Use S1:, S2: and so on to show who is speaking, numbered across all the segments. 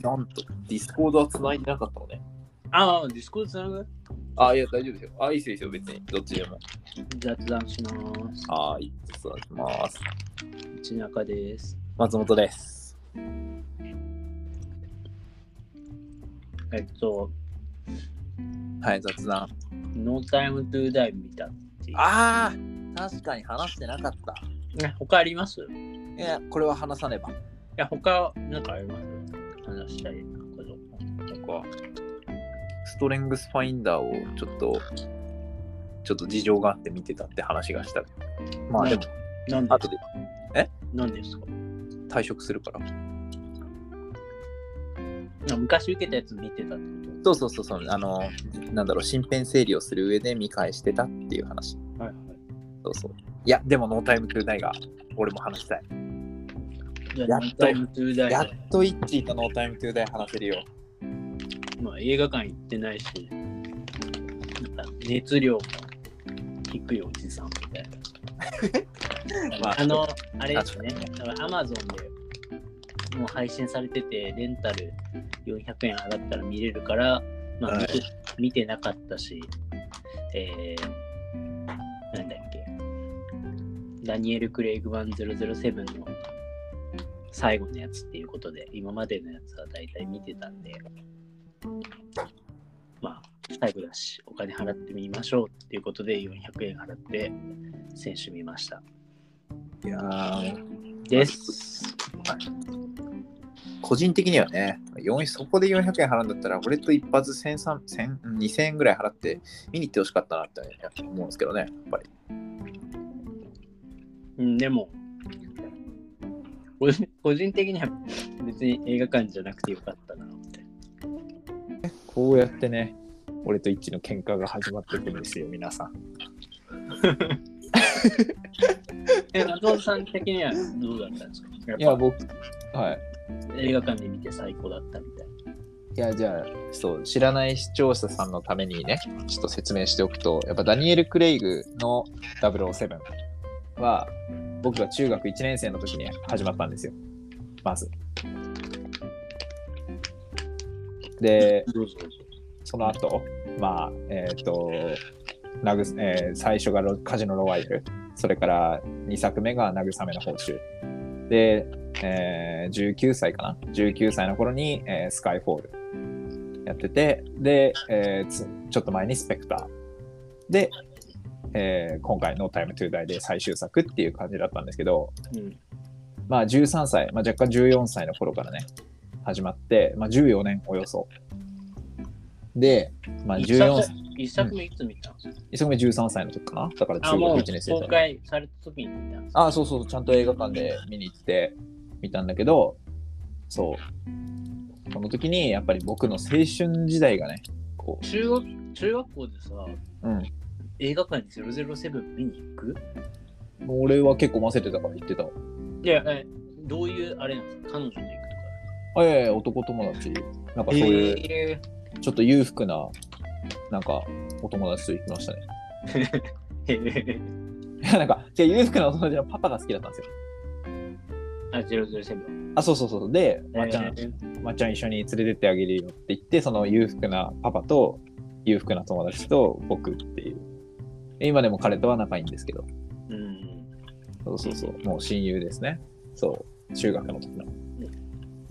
S1: なんと、ディスコードは繋いでなかったのね。
S2: ああ、ディスコードつなぐ
S1: あ、いや、大丈夫ですよ。あ、いいですよ、別に。どっちでも。
S2: 雑談します。
S1: はい、失礼します。
S2: 内中です。
S1: 松本です。
S2: えっと、
S1: はい、雑談。
S2: No Time to Die 見たっていう。
S1: ああ、確かに話してなかった。
S2: ね他ありますい
S1: いや、これは話さねば。
S2: や、他、なんかあります話したいこと。
S1: なんか、ストレングスファインダーをちょっと、ちょっと事情があって見てたって話がした。まあでも、
S2: なんで
S1: 後で
S2: なんですか
S1: 退職するから。
S2: あ昔受けたやつ見てたってこ
S1: そうそうそうそう、あの、なんだろう、身辺整理をする上で見返してたっていう話。
S2: とはいは
S1: そうそう。いや、でも、ノータイムトゥーダイが、俺も話したい。
S2: い。じゃ
S1: や
S2: あ、
S1: っ
S2: No
S1: と
S2: Time to Die
S1: やっとイッチーとノータイムトゥーダイ話せるよ。
S2: まあ、映画館行ってないし、なんか熱量も低いおじさんみたいな。
S1: まあ
S2: あ、の、あれですね、アマゾンでもう配信されてて、レンタル400円払ったら見れるから、まあ
S1: はい
S2: 見て見てなかったし、えー、なんだっけ、ダニエル・クレイグ版007の最後のやつっていうことで、今までのやつは大体見てたんで、まあ、最後だし、お金払ってみましょうっていうことで、400円払って、選手見ました。
S1: いやー
S2: です。
S1: 個人的にはね、4そこで400円払うんだったら、俺と一発1300 1000うん2000円ぐらい払って見に行ってほしかったなって思うんですけどね、やっぱり。
S2: うん、でも、個人個人的には別に映画館じゃなくてよかったなって。
S3: こうやってね、俺と一の喧嘩が始まっていくんですよ、皆さん。
S2: え、松本さん的にはどうだったんですか
S3: いや、
S2: っ
S3: 僕、はい。
S2: ぱ映画館で見て最高だったみたい
S3: いや、じゃあ、そう、知らない視聴者さんのためにね、ちょっと説明しておくと、やっぱダニエル・クレイグの007は、僕が中学1年生の時に始まったんですよ、まず。で、
S2: な。どうぞどうぞ。
S3: その後、まあ、えっ、と、なぐえー最初がロカジノロワイヤル、それから2作目が慰めの報酬。で、えー19歳かな ?19 歳の頃に、えースカイフォールやってて、で、えーつちょっと前にスペクター。で、えー今回のタイムトゥーダイで最終作っていう感じだったんですけど、
S2: うん。
S3: まあ13歳、まあ、若干14歳の頃からね、始まって、まあ14年およそ。で、まあ
S2: 一
S3: 14
S2: 作一作目いつ見たんですか、
S3: 一作目13歳の時かなだから
S2: あ、
S3: 中
S2: も
S3: 学
S2: う
S3: 1年生
S2: 公
S3: だね
S2: 開された時に見たんですか
S3: あ、そうそう、ちゃんと映画館で見に行って見たんだけど、そう。この時にやっぱり僕の青春時代がね、こ
S2: 中学中学校でさ、
S3: う、うん。
S2: 映画館に007見に行く
S3: 俺は結構混ぜてたから行ってたわ。
S2: いや、えどういうあれなんですか彼女と行く
S3: あいやいや、男友達。なんか
S2: とか。
S3: そういう、
S2: え
S3: ちょっと裕福な、なんか、お友達と行きましたね。
S2: ー
S3: い やなんか、じゃ裕福なお友達のパパが好きだったんですよ。
S2: あ、007。
S3: あ、そうそうそう。で、まっちゃん、
S2: えー
S3: まっちゃん一緒に連れてってあげるよって言って、その裕福なパパと裕福な友達と僕っていう。今でも彼とは仲いいんですけど、
S2: うん。
S3: そうそうそう、もう親友ですね。そう、中学の時の。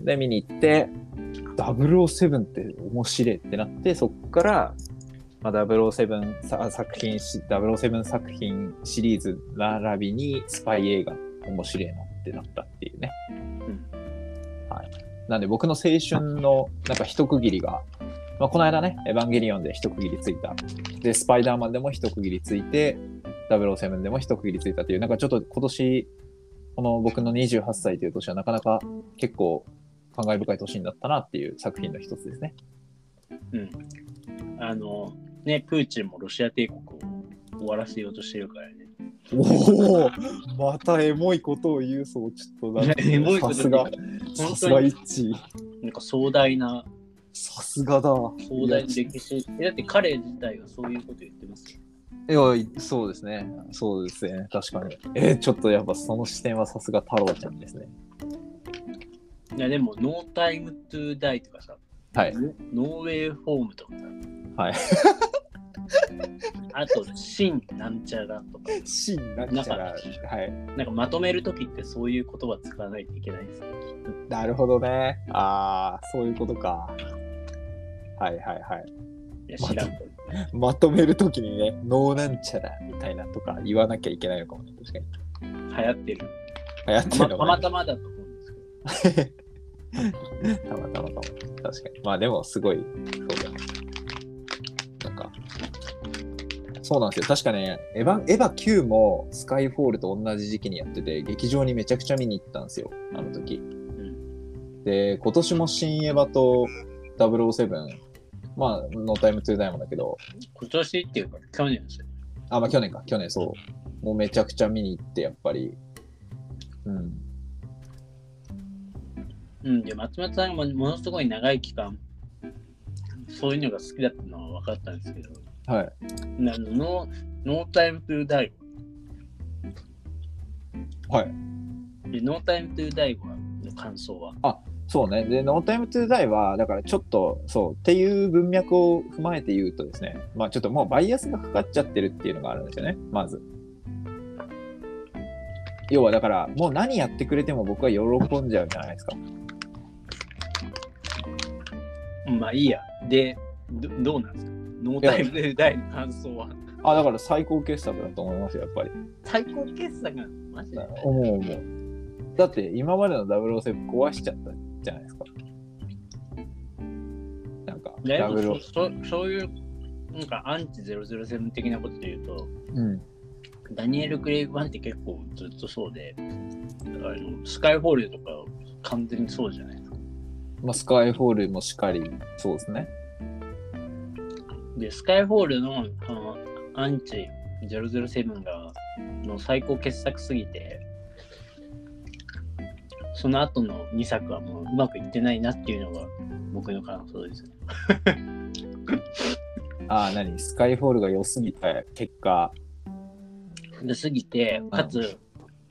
S3: で、見に行って、007って面白いってなって、そっから、まあ、007さ作品し、007作品シリーズ並びにスパイ映画面白いなってなったっていうね。はい。なんで僕の青春のなんか一区切りが、まあ、この間ね、エヴァンゲリオンで一区切りついた。で、スパイダーマンでも一区切りついて、007でも一区切りついたという、なんかちょっと今年、この僕の28歳という年はなかなか結構感慨深い年になったなっていう作品の一つですね。
S2: うん。あの、ね、プーチンもロシア帝国を終わらせようとしてるからね。
S3: おおまたエモいことを言うそう、ちょっと
S2: なんかエモいことさすがさすが
S3: 一致。
S2: なんか壮大な、
S3: さすがだ。
S2: 壮大な歴史。えだって彼自体がそういうこと言ってますよ。
S3: いや、いそうですね。そうですね。確かに。えーちょっとやっぱその視点はさすが太郎ちゃんですね。
S2: いやでも、ノータイムトゥーダイとかさ、
S3: はい。
S2: ノノーウェイフォームとかさ、
S3: はい。
S2: あと、新なんちゃらとか、
S3: シーンになっちゃら、はい。
S2: なんかまとめるときってそういう言葉使わないといけないですね。
S3: なるほどね。ああ、そういうことか。はいはいはい。
S2: いや、知らんけど。
S3: まとめるときにね、ノーなんちゃらみたいなとか言わなきゃいけないのかもね。確かに。
S2: 流行ってる。
S3: 流行って
S2: ま
S3: るのか
S2: たま
S3: な
S2: たまだと思うんですけど。
S3: たまたまかも。確かに。まあでも、すごい、そうだね。なんか、そうなんですよ。確かね、エヴァエヴァ9もスカイフォールと同じ時期にやってて、劇場にめちゃくちゃ見に行ったんですよ、あの時。で、今年も新エヴァと007、まあ、ノータイムトゥーダイもだけど、
S2: 今年っていうか、去年ですよ。
S3: あ、まあ去年か、去年そう。もうめちゃくちゃ見に行って、やっぱり。うん。
S2: うん、で、松本さんがもものすごい長い期間、そういうのが好きだったのは分かったんですけど、
S3: はい。
S2: なノーノータイムトゥーダイ
S3: はい。
S2: で、ノータイムトゥーダイはの感想は。
S3: そうね。で、ノータイムトゥーダイは、だからちょっと、そう、っていう文脈を踏まえて言うとですね、まあちょっともうバイアスがかかっちゃってるっていうのがあるんですよね、まず。要はだから、もう何やってくれても僕は喜んじゃうじゃないですか。
S2: うんまあいいや。で、どどうなんですかノータイムトゥーダイの感想は。
S3: あ、だから最高傑作だと思いますよ、やっぱり。
S2: 最高傑作なのマジで。
S3: 思う思う。だって、今までの007壊しちゃったじゃないですか。なんか、
S2: ね、でも
S3: 0
S2: そそそういう、なんかアンチ007的なことで言うと、
S3: うん。
S2: ダニエル・クレイグ版って結構ずっとそうで、あのスカイホールとか完全にそうじゃないですか。
S3: まあ、スカイフォールもしっかり、そうですね。
S2: で、スカイホールのあのアンチ007がの最高傑作すぎて、その後の2作はもううまくいってないなっていうのが僕の感想ですね。
S3: ああ、何スカイフォールが良すぎた結果。
S2: で過ぎて、かつ、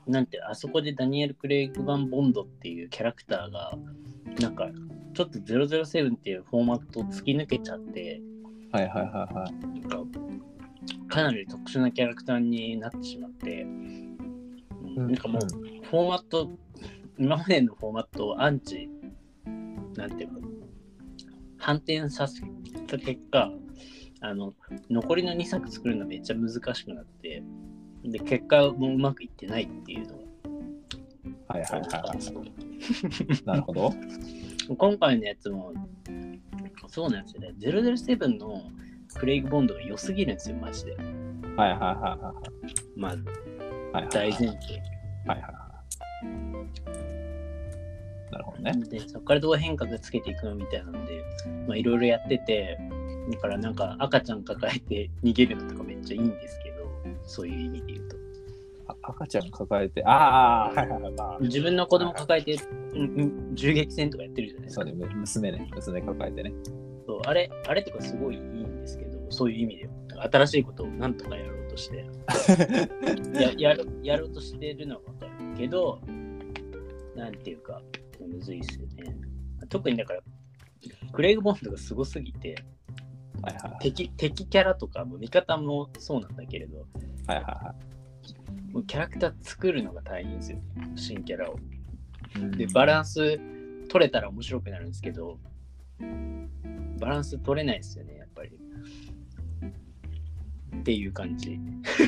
S2: なんて、あそこでダニエル・クレイグ・バン・ボンドっていうキャラクターが、なんか、ちょっと007っていうフォーマットを突き抜けちゃって、
S3: はいはいはいはい。
S2: なんか、かなり特殊なキャラクターになってしまって、うんなんかもう、フォーマット、今までのフォーマットをアンチ、なんていうか、反転させた結果、あの、残りの2作作るのめっちゃ難しくなって、で、結果もうまくいってないっていうの
S3: はいはいはい
S2: が、
S3: はい。なるほど。
S2: 今回のやつも、そうなんですよね、007のクレイグ・ボンドが良すぎるんですよ、マジで。
S3: はいはいは
S2: まあ、
S3: いはい。はいはいはい
S2: 大前提。
S3: はいはい。なるほどね。
S2: でそこからどう変革つけていくのみたいなのでまあいろいろやっててだからなんか赤ちゃん抱えて逃げるのとかめっちゃいいんですけどそういう意味で言うと
S3: あ赤ちゃん抱えて、ああ、はいはいはいまあ。
S2: 自分の子供抱えてうんうん銃撃戦とかやってるじゃないです
S3: そう
S2: か
S3: ね、む娘ね、娘抱えてね。
S2: そうあれあれとかすごいいいんですけどそういう意味では新しいことをなんとかやろうと してややるやろうとしてるのは分かるけど、なんていうか、むずいっすよね。特にだから、クレイグ・ボンドがすごすぎて、
S3: はいはい
S2: 敵敵キャラとかも味方もそうなんだけれど、
S3: はいはいは
S2: もうキャラクター作るのが大変ですよ、ね、新キャラを。
S3: いうん。
S2: で、バランス取れたら面白くなるんですけど、バランス取れないですよね、やっぱり。っていう感じ。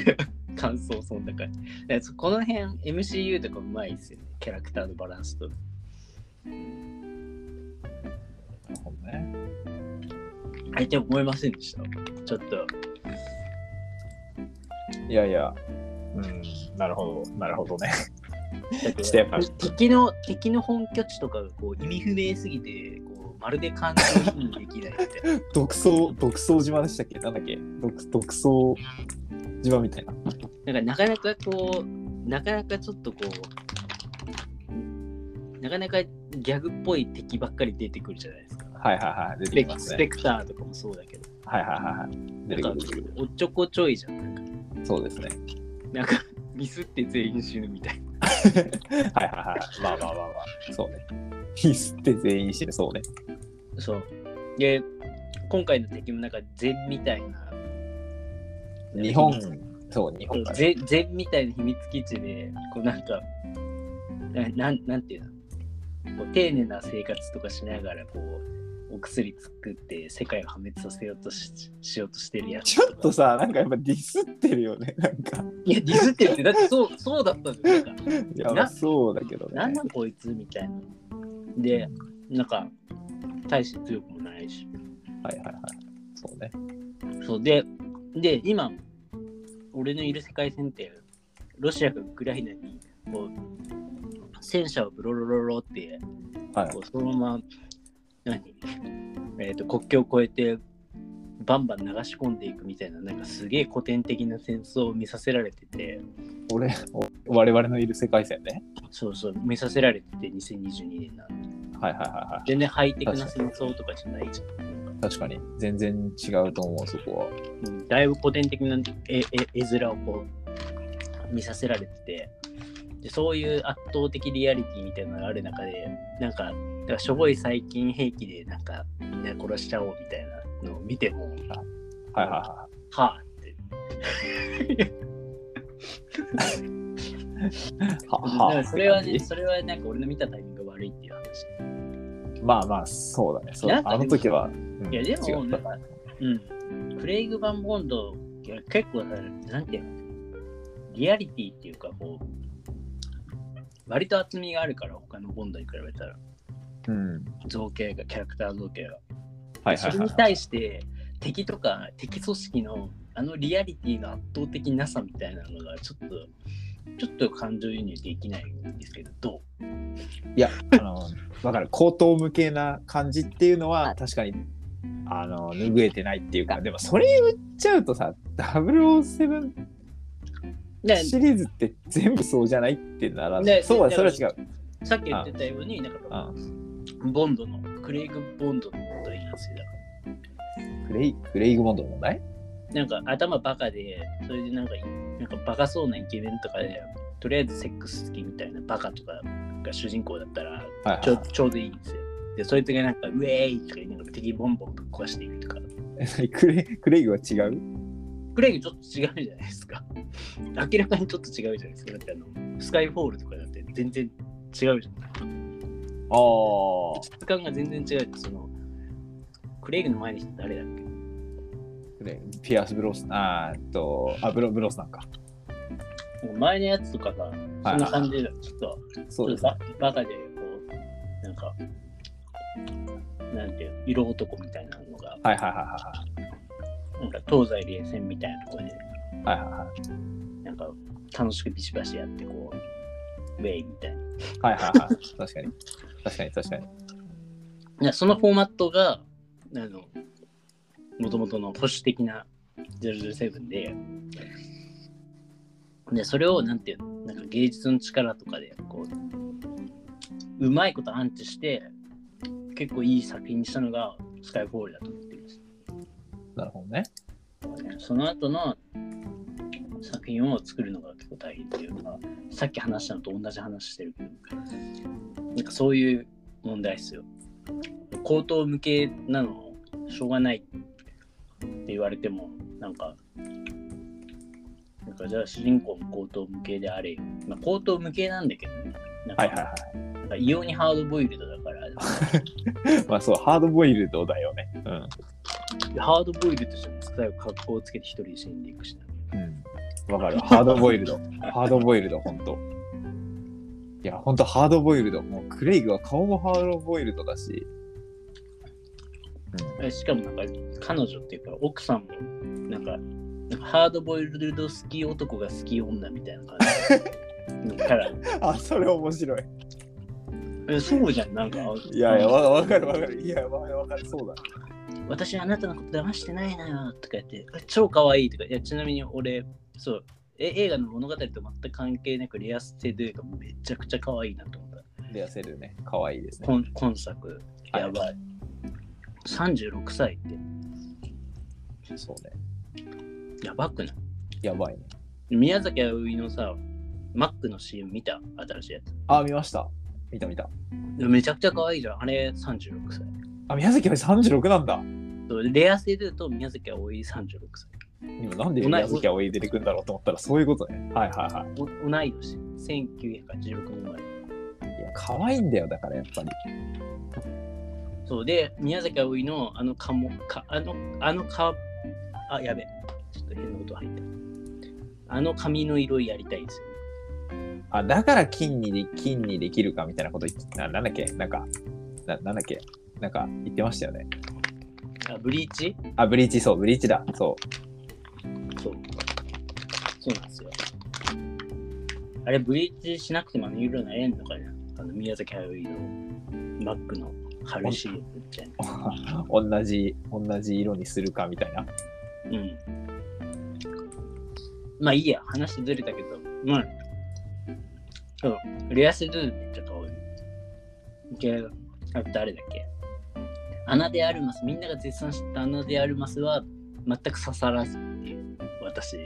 S2: 感想、そんな感じ。だからこの辺、MCU とかうまいですよね、キャラクターのバランスと。
S3: なるほどね。
S2: 相手思いませんでした。ちょっと、
S3: いやいや、うん、なるほど、なるほど ね。
S2: だって
S3: ちょっとやっぱ
S2: 敵の敵の本拠地とかがこう意味不明すぎて、こうまるで感情移入できないみたいな。
S3: 独走、独走島でしたっけなんだっけ独独走島みたいな。
S2: なんかなかなかこう、なかなかちょっとこう、なかなかギャグっぽい敵ばっかり出てくるじゃないですか。
S3: はいはいはい、出
S2: ス
S3: て
S2: ペ
S3: きます
S2: ス
S3: ね
S2: ペ。クターとかもそうだけど、
S3: はいはいはいはい。出て
S2: な
S3: く
S2: ん
S3: る出て
S2: か
S3: くる。
S2: おっちょこちょいじゃん。なんか
S3: そうですね。
S2: なんかミスって全員死ぬみたいな。
S3: はいはいはい。まあまあまあまあ。そうね。ミスって全員して、そうね。
S2: そう。で、今回の敵もなんか禅みたいな。
S3: 日本、そう、日
S2: そ
S3: 本
S2: う
S3: からね
S2: 禅禅みたいな秘密基地で、こうなんか、ななんなんていうのこう丁寧な生活とかしながら、こう、お薬作って世界を破滅させようとししようとしてるやつ。
S3: ちょっとさ、なんかやっぱディスってるよね。なんか。
S2: いや、ディスってるって、だってそうそうだったんだよ。なんか
S3: いや、
S2: な
S3: まあそうだけど
S2: なん
S3: ね
S2: な。んこいつみたいな。で、なんか、大して強くもないし。
S3: はいはいはい。そうね。
S2: そうで、で、今、俺のいる世界線って、ロシアがウクライナに、こう、戦車をブロロロロって、
S3: はい
S2: こ。うそのまま、何えっ、と、国境を越えて、バンバン流し込んでいくみたいな、なんかすげえ古典的な戦争を見させられてて、
S3: 俺、お我々のいる世界線ね。
S2: そうそう、見させられてて、2022年なんで。
S3: はいはいはいは
S2: 全然ハイテクな戦争とかじゃないじゃん。
S3: い。確かに。全然違うと思う、そこは。
S2: うんだいぶ古典的な絵絵絵面をこう見させられててでそういう圧倒的リアリティみたいなのがある中でなんかだからしょぼい最近兵器でなんかみんな殺しちゃおうみたいなのを見て
S3: は
S2: も
S3: いはいはい。
S2: はあって
S3: は
S2: だから
S3: は
S2: それは
S3: って
S2: ね
S3: 感
S2: それはなんか俺の見たタイミングが悪いっていう話
S3: じまあまあ、そうだね。そう
S2: なんか
S3: あ
S2: でも
S3: の時は。うん
S2: いやでも
S3: 違
S2: な
S3: っ
S2: んかうんクレイグ・バン・ボンドいや結構さなんていうのリアリティっていうかこう割と厚みがあるから他のボンドに比べたら
S3: た。うん。
S2: 造形がキャラクター造形が、
S3: はいは
S2: そ
S3: い
S2: れ
S3: は
S2: に
S3: い。
S2: 対して敵とか敵組織のあのリアリティの圧倒的なさみたいなのがちょっとちょっと感情移入できないんですけどど
S3: いや、あの、わかる。口頭無形な感じっていうのは、確かに、あの、拭えてないっていうか、でもそれ言っちゃうとさ、007
S2: うね
S3: シリーズって全部そうじゃないってならな
S2: ね
S3: い。そうは、
S2: ね
S3: それは違う。
S2: さっき言ってたようにだからボンドのクレイグ・ボンドの問題なんですよだか
S3: クレイ、クレイグモンドの問題
S2: らなんか頭バカでそれでなんかなんかバカそうなイケメンとかでとりあえずセックス好きみたいなバカとかが主人公だったら
S3: はいはい
S2: ちょちょうどいいんですよ。で、そいつがなんか、ウェーイとか言いながら敵ボンボンぶっ壊していくとか。
S3: はい。クレイ、クレイグは違う
S2: クレイグちょっと違うじゃないですか。明らかにちょっと違うじゃないですか。だってあの、スカイフォールとかだって全然違うじゃない
S3: ああ。
S2: 質感が全然違う。その、クレイグの前に人誰だっけ
S3: クレイピアス・ブロス、あーえっと、あ、ブロブロスなんか。
S2: もう前のやつとかが、そんな感じだ。ちょっと、
S3: そうです
S2: ちょ
S3: ね
S2: っ。とババカで、こう、なんか、なんていう、色男みたいなのが、
S3: はいはいは
S2: なんか東西冷戦みたいなところで、
S3: いはいはい。はいはいはい。
S2: なんか楽しくビシバシやってこうウェイみたいな
S3: はいはいはい。確かに。確かに確かに。
S2: なそのフォーマットがあのもともとの保守的な007ででそれをなんていうのなんか芸術の力とかでこううまいことアンチして結構いい作品にしたのがスカイフォールだと思ってるんです
S3: なるほどね。
S2: その後の作品を作るのが結構大変っていうかさっき話したのと同じ話してるけどなんかそういう問題っすよ口頭向けなのしょうがないって言われてもなんかなんかじゃあ主人公も口頭向けであれよ、まあ、口頭向けなんだけどねなんか
S3: はいはいは
S2: なんか異様にハードボイルドだから
S3: い。まあそう、ハードボイルドだよね。うん。
S2: ハードボイルドじゃないですか最後格好をつけて一人で死んでいくしな
S3: うん。わかる。ハードボイルド。ハードボイルド、ほんと。いや、ほんとハードボイルド。もうクレイグは顔もハードボイルドだし。うん。
S2: えしかもなんか彼女っていうか奥さんもなんかなんかハードボイルド好き男が好き女みたいな感じ から
S3: あ、それ面白い。
S2: えそうじゃんなんか
S3: いやいや、わわかるわかる。いや、わわかる。そうだ。
S2: 私あなたのこと騙してないのよとか言ってえ超可愛いとかいやちなみに俺そうえ映画の物語と全く関係なくレアステドゥがめちゃくちゃ可愛いなと思った
S3: レアセルね。可愛いですね。
S2: 今今作やばい、36歳って
S3: そうね。
S2: やばくない
S3: やばいね。
S2: 宮崎あおいのさ Mac の CM 見た新しいやつ。
S3: あ、見ました。見た見た。
S2: でもめちゃくちゃ可愛いじゃん。あれ36歳。
S3: あ、宮崎あおい36なんだ。
S2: そうレア性で言うと宮崎あおい36歳。
S3: 今なんで宮崎あおい出てくるんだろうと思ったらそういうことね。はいはいはい。
S2: お同い年。1986年生まれ。
S3: いや、可愛いんだよ、だからやっぱり。
S2: そうで、宮崎あおいのあのかも、かあの、あのか、あ、やべ。ちょっと変なこと入った。あの髪の色やりたいですよね。
S3: あ、だから金にで、金にできるかみたいなこと言って、ななんだっけなんか、ななんだっけなんか言ってましたよね。
S2: あ、ブリーチ
S3: あ、ブリーチ、そう、ブリーチだ。そう。
S2: そう。そうなんですよ。あれ、ブリーチしなくてもあの色になれんのかなあの、宮崎駿のマックの春シリーズみたいな。
S3: 同じ、同じ色にするかみたいな。
S2: うん。まあいいや、話ずれたけど、まあ、そう、レアセドゥめっちゃ可愛い。で、あと誰だっけアナデアルマス、みんなが絶賛したアナデアルマスは全く刺さらずっていう、私。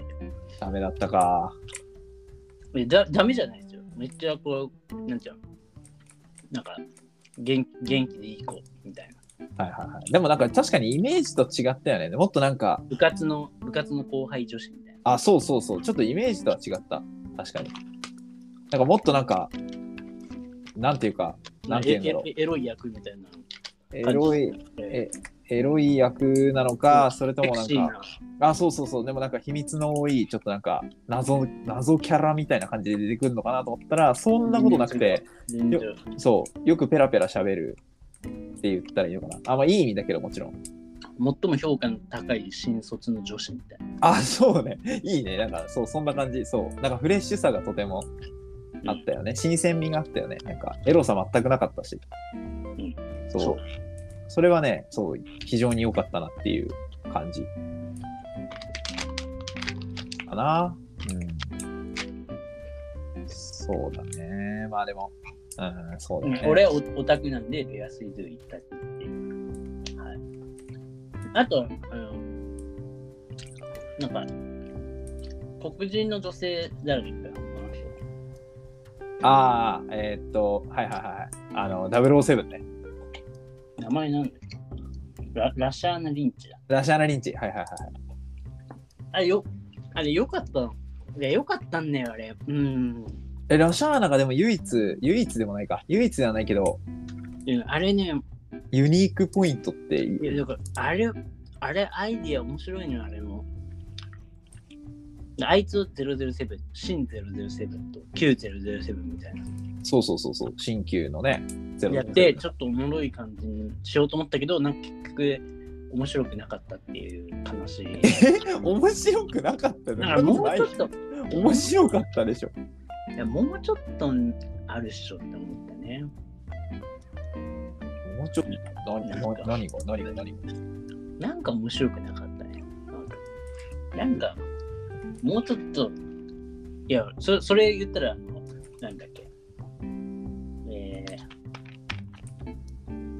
S3: ダメだったか。
S2: えだダメじゃないですよ。めっちゃこう、なんちゃうのなんか元気、元気でいい子みたいな。
S3: はいはいはい。でもなんか確かにイメージと違ったよね。もっとなんか、
S2: 部活の、部活の後輩女子みたいな。
S3: あ、そうそうそう。ちょっとイメージとは違った。確かに。なんかもっとなんか、なんていうか、なんていうんだろう
S2: ええエロい役みたいな。
S3: エロい、。
S2: え
S3: えエロい役なのか、それと
S2: セ
S3: も
S2: ク
S3: なん
S2: シー
S3: か、
S2: な。
S3: あ、そうそうそう。でもなんか秘密の多い、ちょっとなんか、謎、謎キャラみたいな感じで出てくるのかなと思ったら、そんなことなくて、
S2: 全然。
S3: そう、よくペラペラ喋るって言ったらいいのかな。あ、まあいい意味だけどもちろん。
S2: 最も評価の高い新卒の女子みたい
S3: あ、そうね。いいね。なんか、そう、そんな感じ。そう。なんかフレッシュさがとても
S2: な。
S3: あったよね。新鮮味があったよね。なんか、エロさ全くなかったし。
S2: ん
S3: そう。
S2: そ
S3: そうれはね、そう、非常に良かったなっていう感じ。かな。うん。そうだね。まあでも、うん、そうだ
S2: うん
S3: ね。
S2: 俺はオタクなんで、レアスイズ行ったっていう。はい。あと、あの、なんか、黒人の女性誰だっけこの人
S3: ああ、えーっと、はいはいはい。あの、007ね。
S2: 名前なんだっけララシャーナ・リンチだ。
S3: ラシャーナ・リンチ。はいはいはいはい。
S2: あれよ、あれよかったの。いや、よかったんだよ、あれ。うん。
S3: え、ラシャーナがでも唯一、唯一でもないか。唯一ではないけど、
S2: うんあれね、
S3: ユニークポイントって
S2: いやだからあれ、あれ、アイディア面白いのよ、あれも。あいつを007、新007と旧007みたいな。
S3: そうそうそうそう、新旧のね、ゼロ
S2: やって、ちょっとおもろい感じにしようと思ったけど、なんか結局、面白くなかったっていう悲しい。
S3: 面白くなかった
S2: なんかもうちょっと、
S3: 面白かったでしょ。
S2: いやもうちょっとあるっしょって思ったね。
S3: もうちょっと、何
S2: なんか
S3: な何が何が何が
S2: なんか面白くなかったね。なんか、もうちょっと、いや、そそれ言ったら、あのなんだっけ、え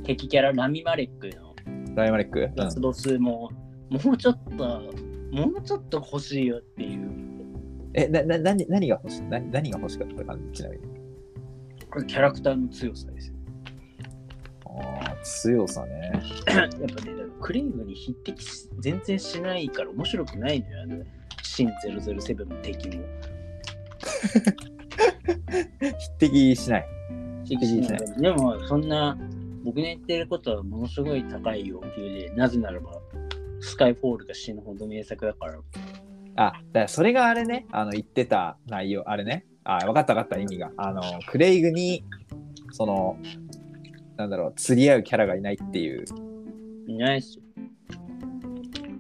S2: ー、敵キャラ、ラミマレックの
S3: ライマレック、うん
S2: ラスボスも、もうちょっと、もうちょっと欲しいよっていう、
S3: え、な、な、何何が欲しい何何が欲しかった感じちなみに。
S2: これキャラクターの強さですよ。
S3: ああ、強さね。
S2: やっぱね、だからクレイブに匹敵し全然しないから面白くないのよ、あの、新007の敵も。
S3: 匹敵しない。
S2: でも、そんな、僕の言ってることはものすごい高い要求で、なぜならば、スカイフォールが死ぬほど名作だから、
S3: あ、だからそれがあれね、あの、言ってた内容、あれね。あ、分かった分かった、意味が。あの、クレイグに、その、なんだろう、釣り合うキャラがいないっていう。
S2: いないっすよ。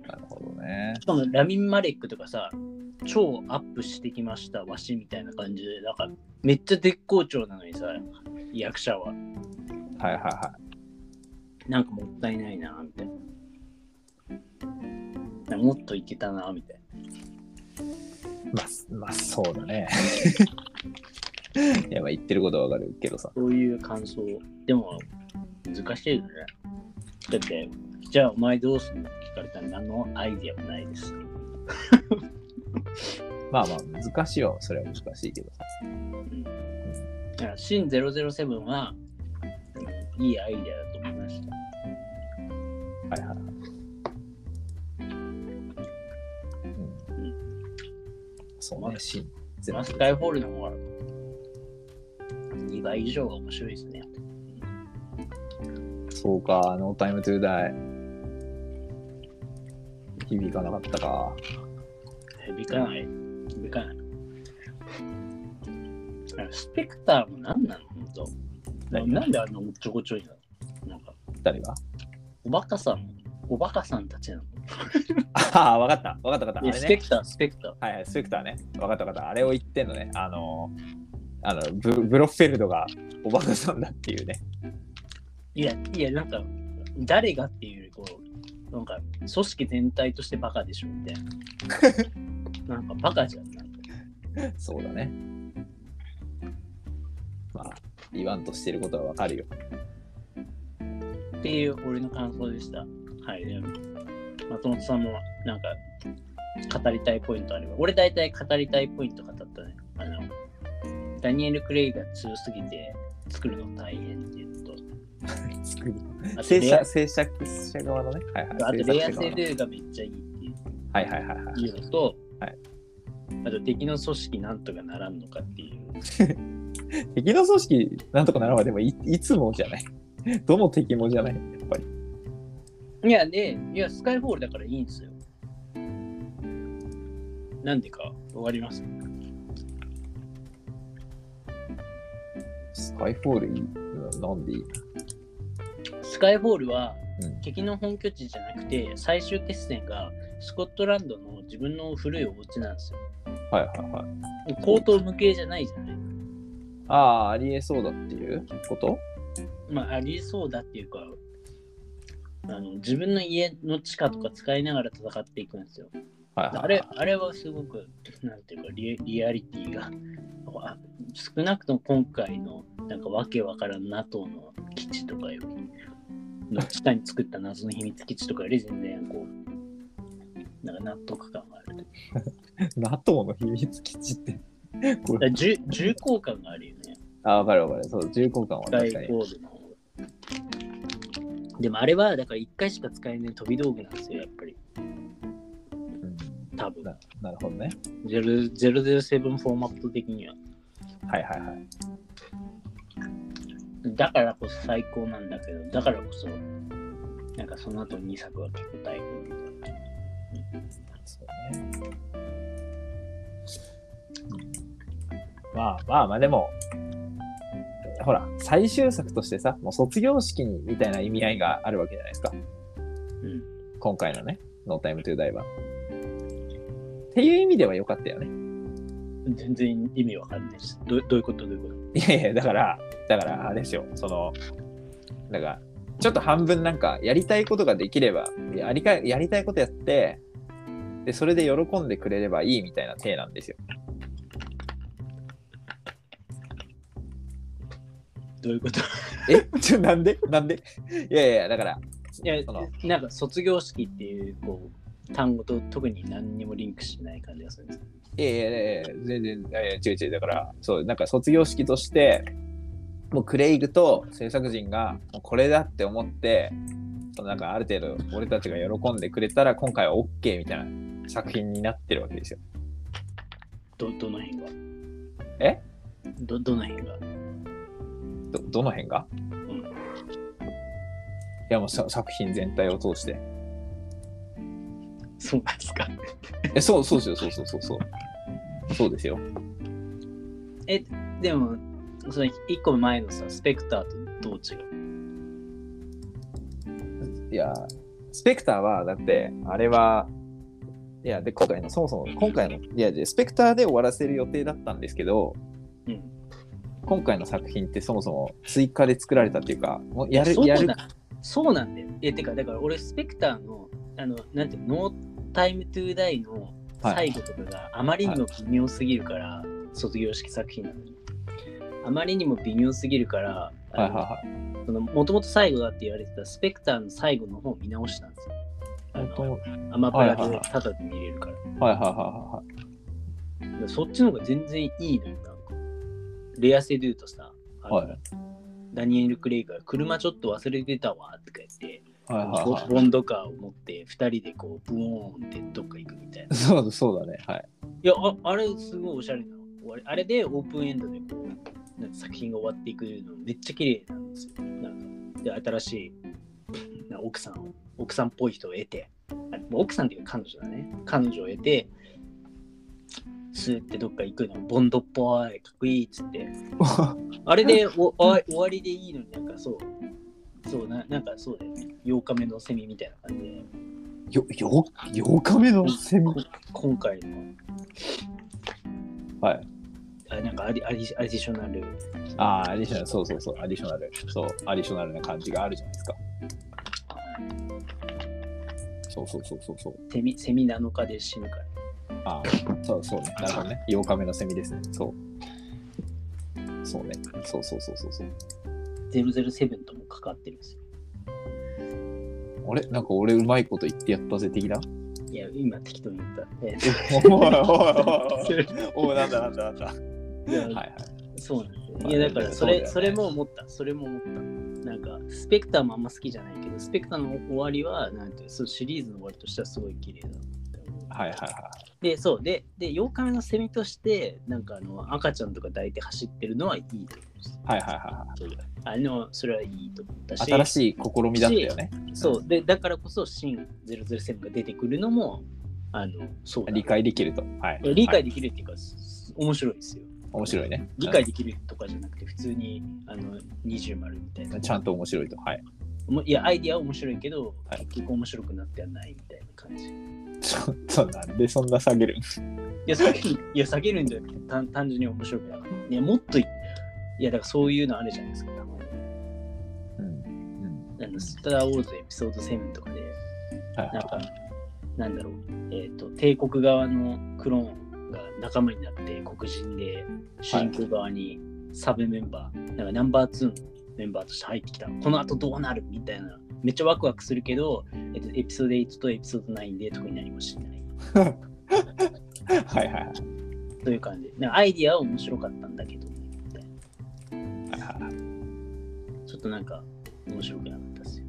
S3: なるほどね。
S2: しかも、ラミン・マレックとかさ、超アップしてきました、わしみたいな感じで、なんか、めっちゃ絶好調なのにさ、役者は、
S3: はいはいはい。
S2: なんかもったいないな、みたいな。なんかもっといけたな、みたい
S3: まあ、まあ、そうだね。 いや、まあ、言ってることはわかるけどさ。
S2: な。そういう感想。でも、難しいよね。だって、じゃあお前どうすんのって聞かれたら何のアイディアもないです。
S3: まあまあ、難しいは、それは難しいけどさ。
S2: だから、シン007は、いいアイデアだと思いまし
S3: は
S2: た。
S3: いはいはい。うん
S2: う
S3: そうね、シーン。全
S2: ま
S3: 部
S2: あ、スカイフォールの方が2倍以上が面白いですね。
S3: そうか、ノータイムトゥーダイ。響かなかったか。
S2: 響かない。響かない。あスペクターも何なの本当な
S3: 何が
S2: なんであんなおっちょこちょいなのなんか、
S3: 誰が
S2: おバカさん、おバカさんたちなの、
S3: ああ、わかった、わかった、わかった。あ
S2: え
S3: れ
S2: スペ
S3: ね。
S2: クター、スペクター。
S3: はいはい、スペクターね。わかった、わかった。あれを言ってんのね。あのー、あのブブロッフェルドがおばカさんだっていうね。
S2: いや、いや、なんか、誰がっていうよりこう、なんか、組織全体としてバカでしょみたい な。なんか、バカじゃん。なんか
S3: そうだね。まあ、言わんとしてることはわかるよ。
S2: っていう俺の感想でした。はい。で松本さんもなんか語りたいポイントあれば。俺大体語りたいポイント語ったね。あの、ダニエル・クレイが強すぎて作るの大変っていうのと、
S3: 作る
S2: あと
S3: 制
S2: レア
S3: 作制作者側のね。はいはい。
S2: あとレ
S3: 制
S2: ア
S3: 作者側
S2: セ
S3: の
S2: ルーがめっちゃいいっていう
S3: はいはいはいはい。
S2: いうのと、
S3: はい
S2: あと敵の組織なんとかならんのかっていう。
S3: 敵の組織なんとかならばでもいいつもじゃない。どの敵もじゃない。やっぱり。
S2: いや、で、いや、スカイフォールだからいいんですよ。なんでかわかります
S3: スカイフォールいいななんでいい
S2: スカイフォールは
S3: うん
S2: 敵の本拠地じゃなくて最終決戦がスコットランドの自分の古いお家なんですよ。
S3: はいはいはい。
S2: 口頭無形じゃないじゃない。
S3: ああ、ありえそうだっていうこと
S2: まあありそうだっていうかあの自分の家の地下とか使いながら戦っていくんですよ。
S3: はいはいはい。
S2: あれあれはすごくなんていうかリリアリティがあ少なくとも今回のなんかわけわからん NATO の基地とかよりの地下に作った謎の秘密基地とかより全然こうなんか納得感があるというか
S3: NATO の秘密基地 って。こ
S2: だから
S3: れ
S2: 重重厚感があるよね、
S3: あ、わかるわかる。そう、重厚感は
S2: 大
S3: 確かに。
S2: ゴールの方が。でもあれは、だから1回しか使えない飛び道具なんですよ、やっぱり。
S3: うん
S2: 多分
S3: ななるほどね。
S2: 0 007フォーマット的には。
S3: はいはいはい。
S2: だからこそ最高なんだけど、だからこそ、なんかその後2作は結構大変みたいな。
S3: そうね。まあまあまあ、でも、ほら、最終作としてさ、もう卒業式にみたいな意味合いがあるわけじゃないですか。
S2: うん。
S3: 今回のね、ノータイムトゥーダイは。っていう意味では良かったよね。
S2: 全然意味わかんないです。どどういうことどういうこ
S3: いやいや、だから、だから、あれですよ、その、だから、ちょっと半分なんか、やりたいことができれば、やりかやりたいことやって、で、それで喜んでくれればいいみたいな体なんですよ。
S2: とどういうこと い
S3: えちょ、なんでなんでいやいやいや、だから、
S2: や
S3: その、
S2: なんか卒業式っていう、こう、単語と特に何にもリンクしない感じがするんです
S3: いやいやいやいや、全然、いやいや違う違う、だから、そう、なんか卒業式として、もうクレイグと制作陣が、もうこれだって思って、そのなんかある程度、俺たちが喜んでくれたら、今回は OK みたいな作品になってるわけですよ。
S2: どどの辺が
S3: え
S2: どどの辺が
S3: どどの辺が
S2: ん
S3: いやもうさ作品全体を通して。
S2: そうなんですか。
S3: え、そうそうですよ、そうそうそうそう。そうですよ。
S2: でも、その一個前のさ、スペクターとどう違う
S3: いや、スペクターは、だって、あれは、いや、で、今回の、そもそも、今回の、いや、でスペクターで終わらせる予定だったんですけど、
S2: うん。
S3: 今回の作品ってそもそも追加で作られたっていうか、もうやる
S2: そ、う
S3: や
S2: なん
S3: る、
S2: そうなんだよ。え、てか、だから俺、スペクターの、あの、なんていうの、ノータイムトゥーダイの最後とかがあまりにも微妙すぎるから、卒業式作品なのに。あまりにも微妙すぎるから、
S3: はいはいはい。
S2: もともと最後だって言われてたスペクターの最後の方を見直したんですよ。あ
S3: 本当
S2: のアマプラ
S3: はいはい
S2: で
S3: はい
S2: タダで見れるから。
S3: はいはいはいはいはい。
S2: そっちの方が全然いいのよ、なんか。レア性で言うとさ、あの
S3: はい
S2: ダニエル・クレイが車ちょっと忘れてたわとか言って、
S3: はいはい
S2: ボ
S3: は
S2: ボンドカーを持って2人でこうブオーンってどっか行くみたいな。
S3: い。そうだ、そうだね。はい。
S2: いやあ、あれすごいおしゃれなの。あれあれでオープンエンドでこうなんか作品が終わっていくのめっちゃ綺麗なんですよ。なんかで新しいな奥さんを奥さんっぽい人を得て、あもう奥さんっていうか彼女だね。彼女を得て、スーってどっか行くの、ボンドっぽい、かっこいいっつって。あれでおお終わりでいいのになんかそう、そうななんかそうだよね。8日目のセミみたいな感じで、
S3: よ、よ、8日目のセミ。
S2: 今回の
S3: はい。
S2: あなんかアディアディアディショナル
S3: ああ、アディショナル、そうそうそう、アディショナル。そう、アディショナルな感じがあるじゃないですか。そうそうそうそうそう。
S2: セミ、セミ7日で死ぬから。
S3: ああ、そうそうね。なるほどね。8日目のセミですね。そう。そうね。そうそうそうそうそう。
S2: 007ともかかってるんですよ。
S3: あれなんか俺うまいこと言ってやったぜ的な
S2: いや、今適当に言った。え
S3: おいおいおい
S2: それ
S3: おいおいなんだなんだなんだ。はい
S2: いや
S3: はい。
S2: そうなんですよ。いや、だからそれ、それも思った。それも思った。なんか、スペクターもあんま好きじゃないけど、スペクターの終わりは、なんていうそうシリーズの終わりとしてはすごい綺麗だなって思う。
S3: はいはいはい。
S2: で、そう。で、で8日目のセミとして、なんかあの、赤ちゃんとか抱いて走ってるのはいいと思います。
S3: はいはいは
S2: そういうあの、それはいいと思ったし。
S3: い。新しい試みだったよね。
S2: そう。で、だからこそ、シン007が出てくるのも、あの、そうだな
S3: 理解できると。はい。
S2: いや理解
S3: はい
S2: できるっていうか、す面白いですよ。
S3: 面白いね。
S2: 理解できるとかじゃなくて、普通にあの20丸みたいな。
S3: ちゃんと面白いと。はい。
S2: もいや、アイディアは面白いけど、
S3: はい
S2: 結局面白くなってはないみたいな感じ。い
S3: ちょっとなんでそんな下げるん
S2: や、下 げるいや下げるんじゃなくて、単単純に面白くなかった。いや、もっとい、いや、だからそういうのあるじゃないですか。たまに
S3: うん。
S2: あのスター・ウォーズエピソード7とかで、
S3: はいはい
S2: なんか、なんだろう、えっ、と、帝国側のクローンが仲間になって黒人で、主人公側にサブメンバー、なんかナンバー2のメンバーとして入ってきた。この後どうなるみたいな。めっちゃワクワクするけど、えっとエピソード8とエピソード9で特に何もしない。
S3: はいはいはい
S2: という感じ。なんかアイディアは面白かったんだけど、みたいな。
S3: はいはい。
S2: ちょっとなんか面白くなかったですよ。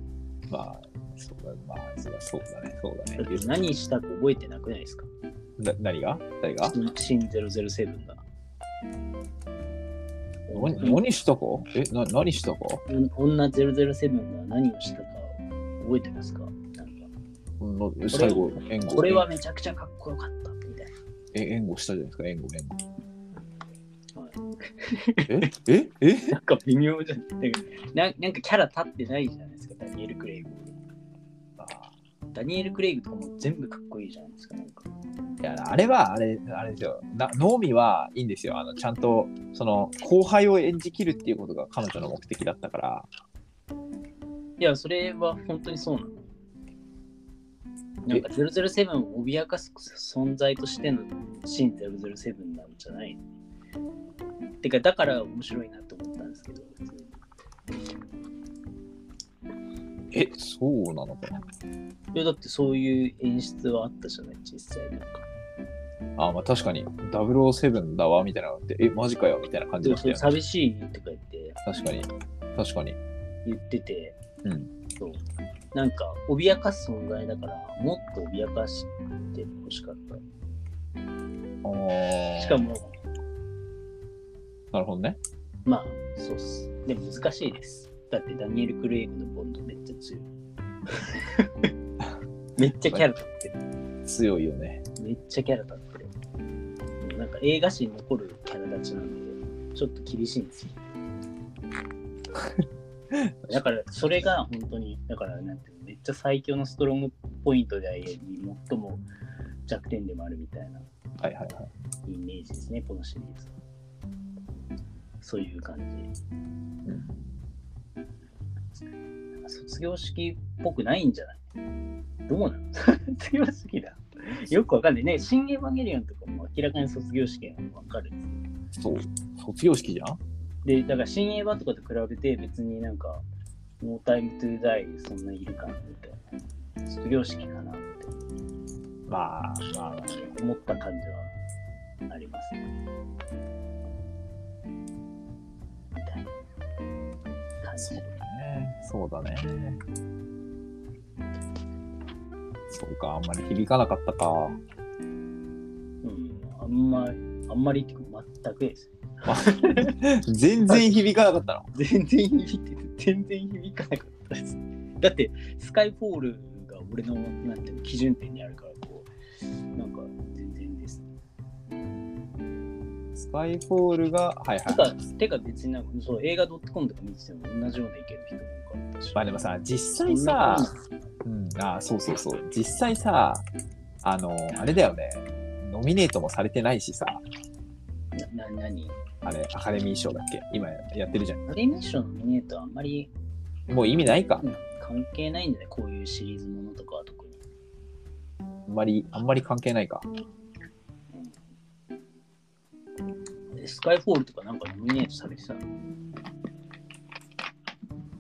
S3: まあ、そうだ、まあ、そうだそうだね、そうだ
S2: だっ
S3: ね。
S2: て何したか覚えてなくないですか
S3: な何が誰が
S2: 新007が。
S3: な何したかえな、何したか
S2: 女007が何をしたか覚えてますかなんか
S3: の最後、援護。
S2: これはめちゃくちゃかっこよかったみたい
S3: え援護したじゃないですか、援護、援護。
S2: な。はい
S3: えええ
S2: なんか微妙じゃん。なんかななんかキャラ立ってないじゃないですか、ダニエル・クレイグ。
S3: あ
S2: ダニエル・クレイグとかも全部かっこいいじゃないですか。なんか
S3: いやあれは、あれ、あれですよ。な脳みはいいんですよ。あのちゃんと、その、後輩を演じきるっていうことが彼女の目的だったから。
S2: いや、それは本当にそうなの。なんか007を脅かす存在としてのシン007なんじゃないてか、だから面白いなと思ったんですけど。
S3: え、そうなのかない
S2: やだってそういう演出はあったじゃない実際なんか
S3: あ、まあ確かに、007だわ、みたいなのって、え、マジかよ、みたいな感じ
S2: で
S3: だ
S2: も
S3: った
S2: そう
S3: よね。
S2: 寂しいとか言って
S3: 確かに、確かに。
S2: 言ってて、
S3: うん
S2: そうなんか脅かす存在だからもっと脅かしてほしかっ
S3: あー
S2: たしかも
S3: なるほどね。
S2: まあそうっすでも難しいですだってダニエル・クレイグのボンドめっちゃ強いめっちゃキャラ立ってる
S3: 強いよね。
S2: めっちゃキャラ立ってるでもなんか映画史に残るキャラ立ちなんでちょっと厳しいんですよだからそれが本当にだからなんていうのめっちゃ最強のストロングポイントであり最も弱点でもあるみたいな
S3: はいはいはい。
S2: イメージですねこのシリーズはそういう感じなんか卒業式っぽくないんじゃないどうなの 卒業式だよくわかんないね新エヴァンゲリオンとかも明らかに卒業式がわかる
S3: そう、卒業式じゃん
S2: でだから新エヴァとかと比べて別になんかノータイムトゥーダイそんなにいるかなみたいな卒業式かなって
S3: まあまあ、
S2: 思った感じはありますね。みたいな感じで
S3: ねそうだね。そうか、あんまり響かなかったか。
S2: うん、あんまり、あんまりっていうか全くですね。
S3: 全然響かなかったの。
S2: 全然響いてて、全然響かなかったです。だって、スカイフォールが俺の、なんていうの、基準点にあるから、こう、なんか、全然ですね。
S3: スカイフォールが、はい
S2: て
S3: は
S2: か、てか別になんか、そう、映画 .com とか見てても同じような意見の人も多かったし。
S3: い。まあでもさ、実
S2: そ
S3: 際
S2: んな
S3: さ
S2: ことない、
S3: うん、あそうそうそう。実際さ、あの、あれだよね。ノミネートもされてないしさ、
S2: な、な、何
S3: あれ、アカデミー賞だっけ今やってるじゃん。
S2: アカデミー賞のノミネートはあんまり、
S3: もう意味ないか
S2: う。ん関係ないんだね、こういうシリーズものとかは特に。
S3: あんまり、あんまり関係ないか。
S2: でスカイフォールとかなんかノミネートされてたの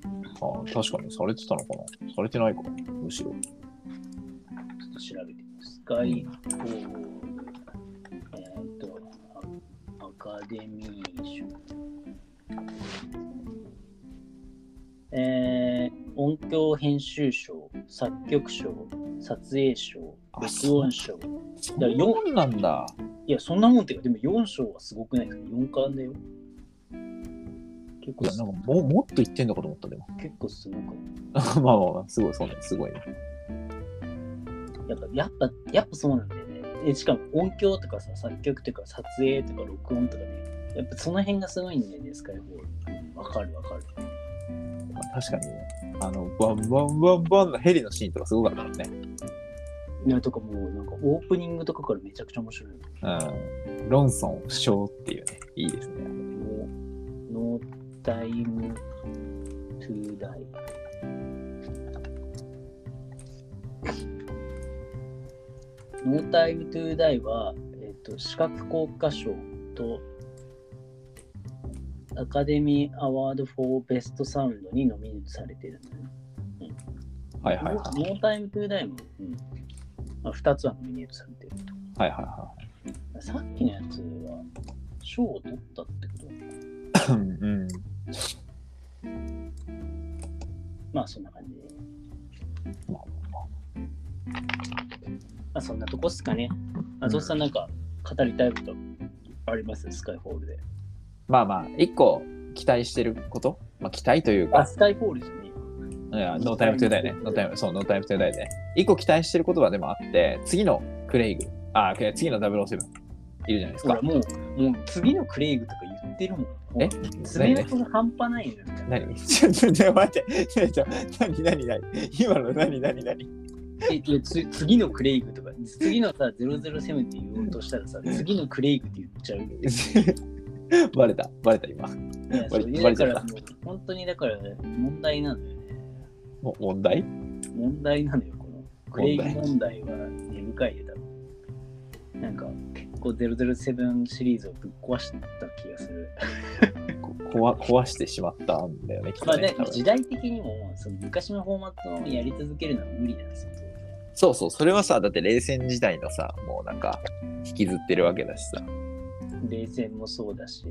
S3: あ確かに、されてたのかなされてないかなむしろ。
S2: ちょっと調べてみます。スカイフォール、えーっと、アアカデミー賞。えー、音響編集賞、作曲賞、撮影賞、
S3: あ
S2: 録音賞。
S3: そ
S2: やよ
S3: うなんだ。
S2: いや、そんなもんっていうか、でも4賞はすごくないですか ?4 冠だよ。結
S3: い
S2: 構
S3: や
S2: す、
S3: なんかもうもっと言ってんのかと思った、でも。
S2: 結構すごくない
S3: まあまあまあ、すごい、そうね、すごいね。
S2: やっぱ、やっぱ、やっぱそうなんだよね。えしかも音響とかさ、作曲とか撮影とか録音とかね、やっぱその辺がすごいんだよね、スカイフォール。わかるわかる。
S3: まあ、確かにね、あの、バンバンバンバンのヘリのシーンとかすごかったもんね。
S2: いや、とかもうなんかオープニングとかからめちゃくちゃ面白いの。
S3: うん。ロンソン不詳っていうね、いいですね。
S2: ノータイムトゥーダイ。ノータイムトゥーダイは、えっと視覚効果賞とアカデミーアワード・フォー・ベスト・サウンドにノミネートされてるんだね。
S3: はいはいはい。
S2: ノーノータイムトゥーダイも、うんまあ、2つはノミネートされてる。
S3: はいはいは
S2: さっきのやつは賞を取ったってこと
S3: い。うん。
S2: まあそんな感じで。
S3: まあ
S2: まあそんなとこっすかね。あゾウさんなんか語りたいことありますスカイフォールで。
S3: まあまあ、一個期待してること、まあ、期待という
S2: あ、
S3: か、
S2: スカイフォールじゃ
S3: い
S2: ね
S3: やノータイムトゥーダイね。ノータイム、そう、ノータイムトゥーダイね。一個期待してることはでもあって、次のクレイグ、あ、次の007、いるじゃないです
S2: ほら
S3: か。
S2: もう、もう次のクレイグとか言ってるもん。
S3: え
S2: 爪痕が半端ないのよ。
S3: 何 ちょっとちょっと待って、ちょっと何何何今の何何何
S2: えいやつ次のクレイグとか、次のさ、007って言おうとしたらさ、次のクレイグって言っちゃうよ。
S3: バレた、バレた今。
S2: いやそ
S3: 割
S2: れ
S3: り
S2: だから、
S3: 割
S2: もう本当にだから問題なのよね。
S3: も問題
S2: 問題なのよ、このクレイグ問題は根深いよ、多分。なんか、結構007シリーズをぶっ壊した気がする。
S3: こ壊壊してしまったんだよね、きっと
S2: まあ、
S3: ね
S2: で。
S3: 多
S2: も時
S3: 分
S2: 代的にも、その昔のフォーマットをやり続けるのは無理なんですよ、
S3: そうそう、それはさ、だって冷戦時代のさ、もうなんか、引きずってるわけだしさ。
S2: 当然。冷戦もそうだし、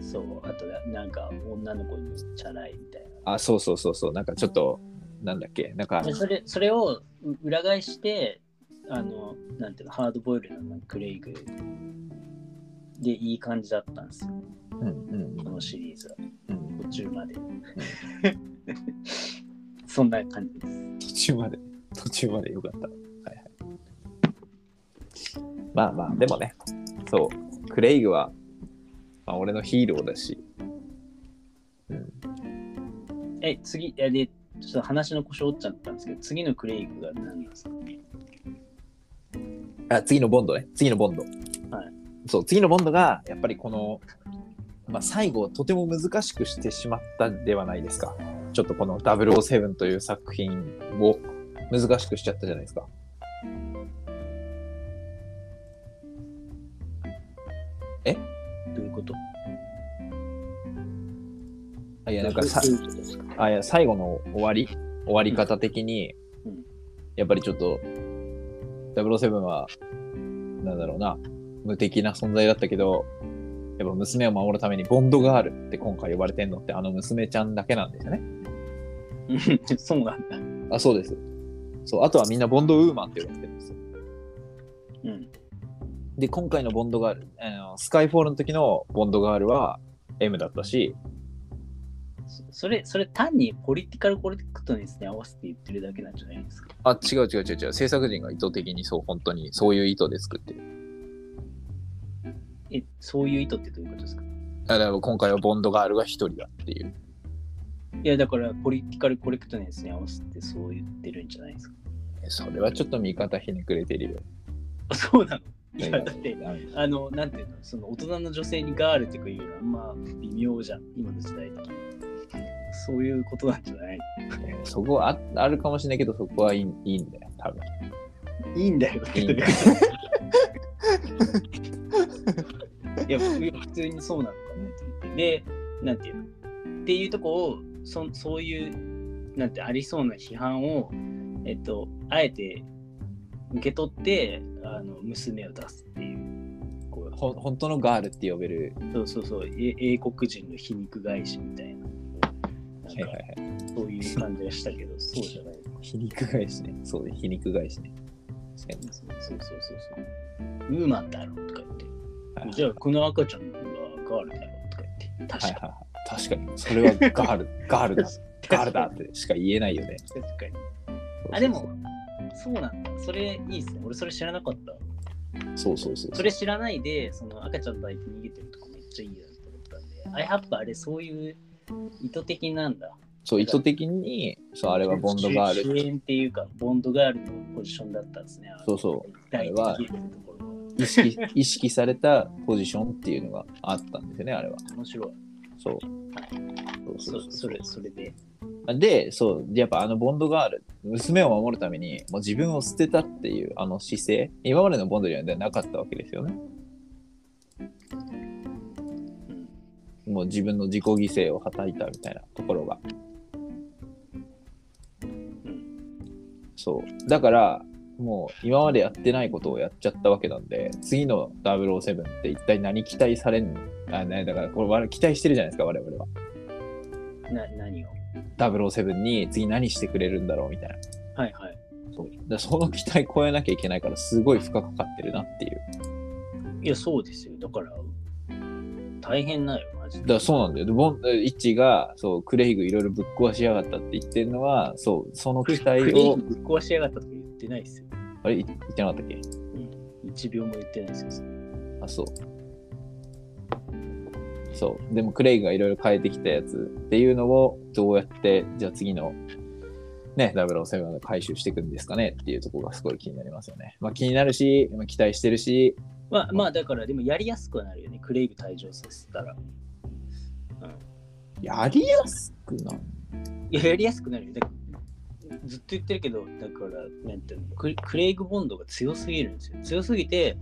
S2: そう、あとな、なんか、女の子にチャラいみたい
S3: あ、そうそうそうそう、なんかちょっと、なんだっけ、なんか
S2: な。で、それ、それをう裏返して、あの、なんていうの、ハードボイルドのクレイグでいい感じだったんですよ、
S3: うんうん
S2: このシリーズは。
S3: うん、
S2: 途中まで。 そんな感じです。
S3: 途中まで、途中までよかった。はいはい。まあまあ、でもね、そう、クレイグは、まあ、俺のヒーローだし、
S2: え、次、えで、ちょっと話の腰折っちゃったんですけど、次のクレイグが何なんですか
S3: あ次のボンドね、次のボンド。
S2: はい
S3: そう、次のボンドが、やっぱりこの、まあ、最後をとても難しくしてしまったではないですか。ちょっとこの007という作品を難しくしちゃったじゃないですか。
S2: どういうこと
S3: あいや、なん
S2: ど
S3: か
S2: う
S3: さ
S2: どういうことですか
S3: あいや最後の終わり終わり方的に、
S2: うん
S3: やっぱりちょっと007はなんだろうな無敵な存在だったけど、やっぱ娘を守るためにボンドガールって今回呼ばれてんのってあの娘ちゃんだけなんですよね。
S2: うんそうなんだ。
S3: あ、そうです。そう、あとはみんなボンドウーマンって呼ばれてるんですよ。
S2: うん。
S3: で、今回のボンドガール、あのスカイフォールの時のボンドガールは M だったし、
S2: そそれ、それ単にポリティカルコレクトネスに合わせて言ってるだけなんじゃないですか。
S3: あ、違う違う違う違う、制作人が意図的にそう、本当にそういう意図で作ってる。
S2: え、そういう意図ってどういうことですか
S3: あだから今回はボンドガールが一人だっていう。
S2: いや、だからポリティカルコレクトネスに合わせてそう言ってるんじゃないですか。
S3: それはちょっと見方ひねくれてるよ。
S2: あそうなのいや、だって、
S3: うん
S2: あの、なんていうの、その大人の女性にガールって言うのは、まあ、微妙じゃん、今の時代的に。そういうことなんじゃない
S3: そこはああるかもしれないけど、そこはいいいいんだよ、多分。
S2: いいんだよ、
S3: いいんだよ
S2: いや、普通にそうなのかなって思って。で、なんていうのっていうとこを、そそういう、なんてありそうな批判を、えっと、あえて受け取って、あの娘を出すっていう。こう
S3: ほん本当のガールって呼べる。
S2: そうそうそう、え英国人の皮肉返しみたいな。な
S3: は
S2: ん
S3: いはいは
S2: か
S3: い。
S2: そういう感じがしたけど、そうじゃない。
S3: 皮肉返しね。そうね、皮肉返しね。確か
S2: そうそうそうそう。ウーマンだろとか言って。
S3: に。
S2: じゃあ、この赤ちゃんはガールだよとか言って。確か
S3: は
S2: に
S3: い。はいはい、確かに。それはガー ル、ガールだ。ガールだ
S2: 確
S3: ってしか言えないよね。
S2: かに。あ、でも、そうなんだ。それいいですね。俺、それ知らなかった。
S3: そうそうそう。
S2: それ知らないで、その赤ちゃんと相手逃げてるとこめっちゃいいなと思ったんで、あやっぱあれ、そういう意図的なんだ。
S3: そう、意図的に、そう、あれはボンドガール。
S2: 主演っていうか、ボンドガールのポジションだったんですね。。
S3: そうそう
S2: あれは。面
S3: 意識、意識されたポジションっていうのがあったんですよね、あれは。
S2: 白い。
S3: そう。
S2: そそれ、それで。
S3: で、そう、やっぱあのボンドガール、娘を守るために、もう自分を捨てたっていうあの姿勢、今までのボンドにはなかったわけですよね。
S2: うん
S3: もう自分の自己犠牲をはたいたみたいなところが。そう。だから、もう今までやってないことをやっちゃったわけなんで、次の007って一体何期待されんのあ、ね、だからこれ我々期待してるじゃないですか、我々は。
S2: な何を
S3: 007に次何してくれるんだろうみたいな。
S2: はいはい。
S3: そうだからその期待超えなきゃいけないから、すごい負荷かかってるなっていう。
S2: いや、そうですよ。だから、大変だよ、マジ
S3: だ
S2: で。
S3: からそうなんだよ。でボンイッチがそうクレイグいろいろぶっ壊しやがったって言ってるのは、そうその期
S2: ク
S3: 待
S2: リー
S3: を
S2: ン、ぶっ壊しやがったとか言ってないですよ。
S3: あれい言ってなかったっけ
S2: 1秒も言ってないですよ。
S3: あ、そう。そう。でもクレイグがいろいろ変えてきたやつっていうのを、どうやって、じゃあ次の、ね、007を回収していくんですかねっていうところがすごい気になりますよね。まあ気になるし、まあ期待してるし、
S2: まあ、まあ、だから、でもやりやすくはなるよね。クレイグ退場させたら。
S3: やりやすくなる
S2: いや、やりやすくなるよ。だからずっと言ってるけど、だから、なんていうのクレクレイグ・ボンドが強すぎるんですよ。強すぎて、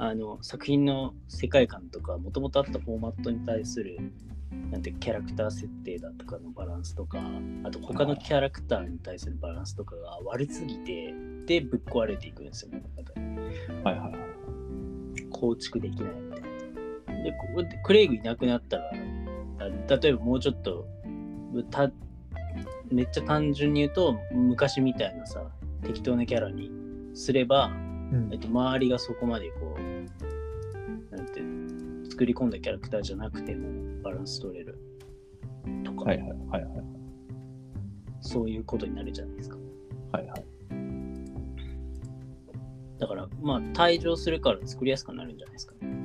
S2: あの作品の世界観とか、もともとあったフォーマットに対する、なんてキャラクター設定だとかのバランスとか、あと他のキャラクターに対するバランスとかが悪すぎて、で、ぶっ壊れていくんですよ、ね。なんか
S3: はいはいはい。
S2: 構築できないみたいな。で、ここでクレイグいなくなったら、あ例えばもうちょっと、ためっちゃ単純に言うと、昔みたいなさ、適当なキャラにすれば、えっと、周りがそこまでこう、なんていうの、作り込んだキャラクターじゃなくてもバランス取れるとか、
S3: はいはいはいはい
S2: そういうことになるじゃないですか。
S3: はいはい。
S2: だから、まあ、退場するから作りやすくなるんじゃないですか。
S3: うん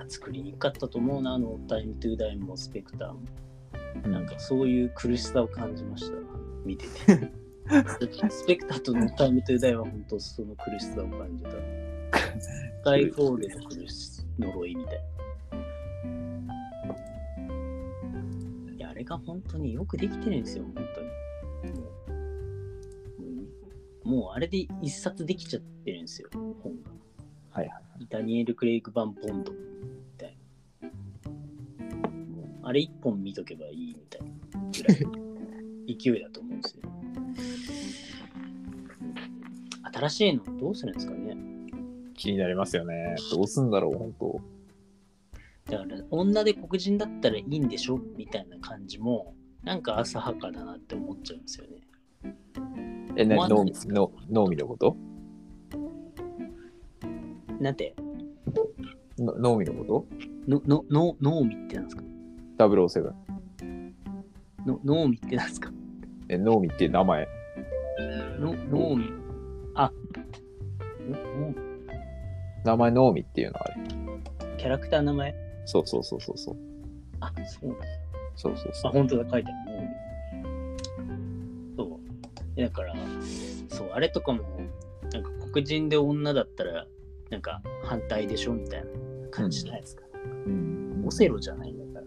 S2: あ作りにくかったと思うな、あの、タイムトゥーダイムもスペクターも。なんかそういう苦しさを感じました、見てて。スペクターとのタイムトゥーダイは本当その苦しさを感じた。スカイフォールの苦し呪いみたいな。いや、あれが本当によくできてるんですよ、本当に。もう、もうあれで一冊できちゃってるんですよ、本が。
S3: はいはい。
S2: ダニエル・クレイグ版ボンドみたいな。もうあれ一本見とけばいいみたいなぐらいの勢いだと思うんですよ。新しいのどうするんですかね
S3: 気になりますよね。どうすんだろう、本当
S2: だから女で黒人だったらいいんでしょみたいな感じもなんか浅はかだなって思っちゃうんですよね。
S3: え、な
S2: 思わ
S3: 脳
S2: ない
S3: み
S2: ですか
S3: の脳みのこと
S2: なんて
S3: の脳みのこと
S2: ののの脳みってなんですか
S3: ?007。
S2: の脳みってなんですか
S3: え、脳みって名前。
S2: の脳みあの脳
S3: 名前脳みっていうのはある。
S2: キャラクターの名前
S3: そうそうそうそうそう。
S2: あそうなんだ
S3: そうそう
S2: あ
S3: そう。
S2: 本当だ書いてある脳みそうだからそうあれとかもなんか黒人で女だったらなんか反対でしょみたいな感じじゃないですか、
S3: うん
S2: オセロじゃないんだか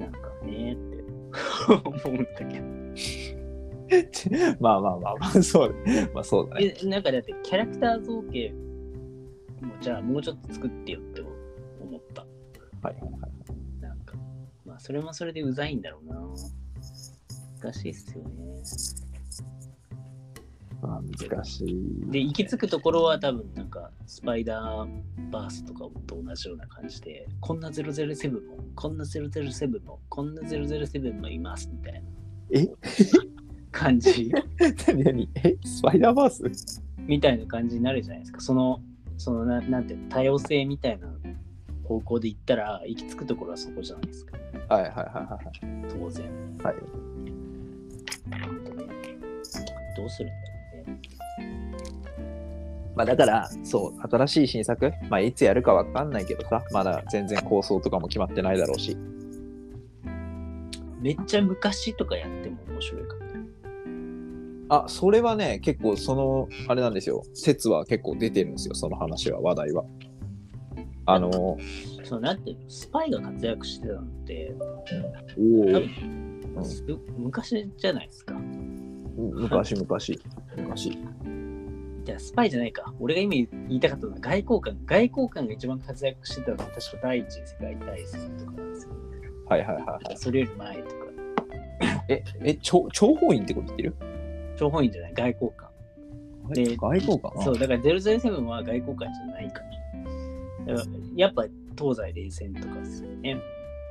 S2: らなんかねーって思うんだけど
S3: まあまあまあまあ、 そうだまあそうだね。
S2: えなんかだってキャラクター造形もじゃあもうちょっと作ってよって思った
S3: はいはいはい。
S2: なんか、まあ、それもそれでうざいんだろうな。難しいっすよね。
S3: まあ難しい。
S2: で、行き着くところは多分、なんか、スパイダーバースとかと同じような感じで、こんな007も、こんな007も、こんな007もいますみたいな。
S3: え
S2: 感じ
S3: 何何えスパイダーバース
S2: みたいな感じになるじゃないですか。その、そのな、なんていうの、多様性みたいな方向で行ったら、行き着くところはそこじゃないですか。
S3: はいはいはい
S2: 当然。
S3: はい。はい。
S2: 本当ねどうするんだろうね。
S3: まあだから、そう、新しい新作、まあいつやるかわかんないけどさ、まだ全然構想とかも決まってないだろうし。
S2: めっちゃ昔とかやっても面白いかもね。
S3: あ、それはね、結構その、あれなんですよ、説は結構出てるんですよ、その話は、話題は。あの、お
S2: そうなんていうのスパイが活躍してたのって、多
S3: ー
S2: 分
S3: うん
S2: す昔じゃないですか。
S3: 昔昔昔。
S2: じゃあスパイじゃないか。俺が今言いたかったのは外交官。外交官が一番活躍してたのは確か第一次世界大戦とかなんですよ。
S3: はいはいはいは
S2: それより前とか。
S3: い。え、え、諜諜報員ってこと言ってる
S2: 諜報員じゃない、外交官。
S3: あ
S2: で
S3: れ外交官
S2: そう、だから007は外交官じゃないから。だからやっぱ東西冷戦とかですよね。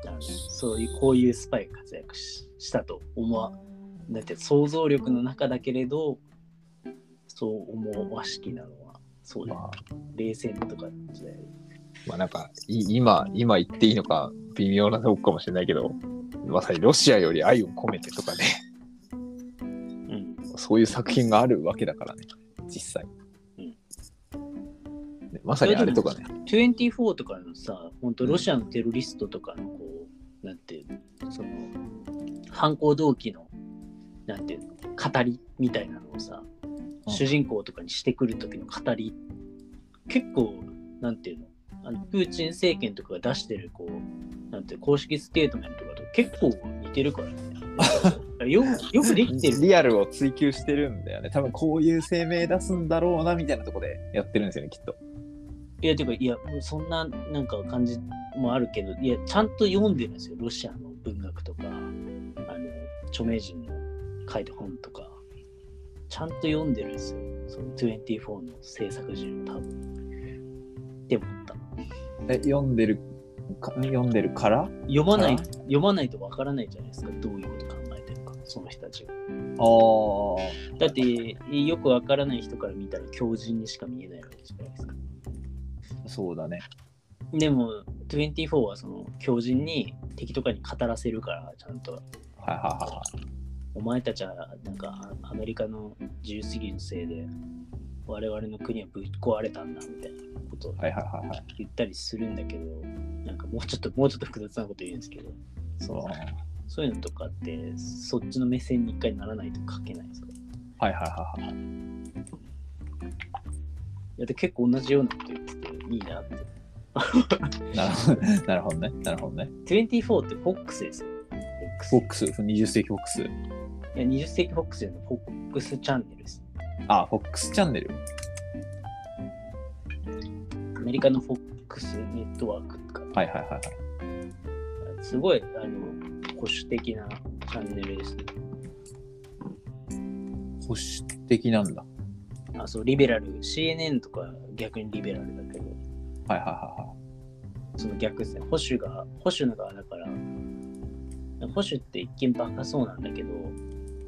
S2: あのそういう、こういうスパイが活躍ししたと思わ、だって想像力の中だけれど、そう思わしきなのは、そうだ、
S3: まあ、
S2: 冷戦とか時代。
S3: まあなんかい今今言っていいのか微妙なとこかもしれないけどまさにロシアより愛を込めてとかね
S2: うん。
S3: そういう作品があるわけだからね実際、
S2: うん
S3: ねまさにあれとかね
S2: 24とかのさ、本当ロシアのテロリストとかのこう、なんていうの、その、犯行動機の、なんていうの、語りみたいなのをさ、
S3: うん
S2: 主人公とかにしてくる時の語り、結構、なんていうの、あのプーチン政権とかが出してる、こう、なんていう公式ステートメントとかと結構似てるから ね。よくよくできてる。
S3: リアルを追求してるんだよね多分こういう声明出すんだろうなみたいなとこでやってるんですよねきっと
S2: いや、てか、いや、もうそんななんか感じもあるけど、いや、ちゃんと読んでるんですよ。ロシアの文学とか、あの、著名人の書いた本とか、ちゃんと読んでるんですよ。その24の制作陣を多分。って思った。
S3: え読んでるか読んでるから
S2: 読まない、
S3: あ
S2: 読まないとわからないじゃないですか。どういうこと考えてるか、その人たちが。
S3: ああ
S2: だって、よくわからない人から見たら狂人にしか見えないわけじゃないですか。
S3: そうだね
S2: でも、24はその狂人に敵とかに語らせるから、ちゃんと。
S3: はいはいはいは
S2: お前たちはなんかあアメリカの自由主義のせいで我々の国はぶっ壊れたんだみたいなことを
S3: いはいはいはいはい
S2: 言ったりするんだけど、なんかもうちょっともうちょっと複雑なこと言うんですけど
S3: そうはい
S2: そういうのとかってそっちの目線に一回ならないと書けないですからい
S3: はいはいはい
S2: やで結構同じようなこと言ってていいなって
S3: なるほど なるほどねなるほどね
S2: 24ってフォックスですよ
S3: ボ
S2: FOX
S3: ックス、20世紀フォックス。
S2: いや20世紀フォックスじゃないフォックスチャンネルです
S3: あ、フォックスチャンネル。
S2: アメリカのフォックスネットワークとか
S3: はいはいはいはい。
S2: すごいあの保守的なチャンネルですね
S3: 保守的なんだ。
S2: あ、そう、リベラル、CNN とか逆にリベラルだけど、
S3: はいはいはいはい。
S2: その逆ですね、保守が、保守の側だから、保守って一見バカそうなんだけど、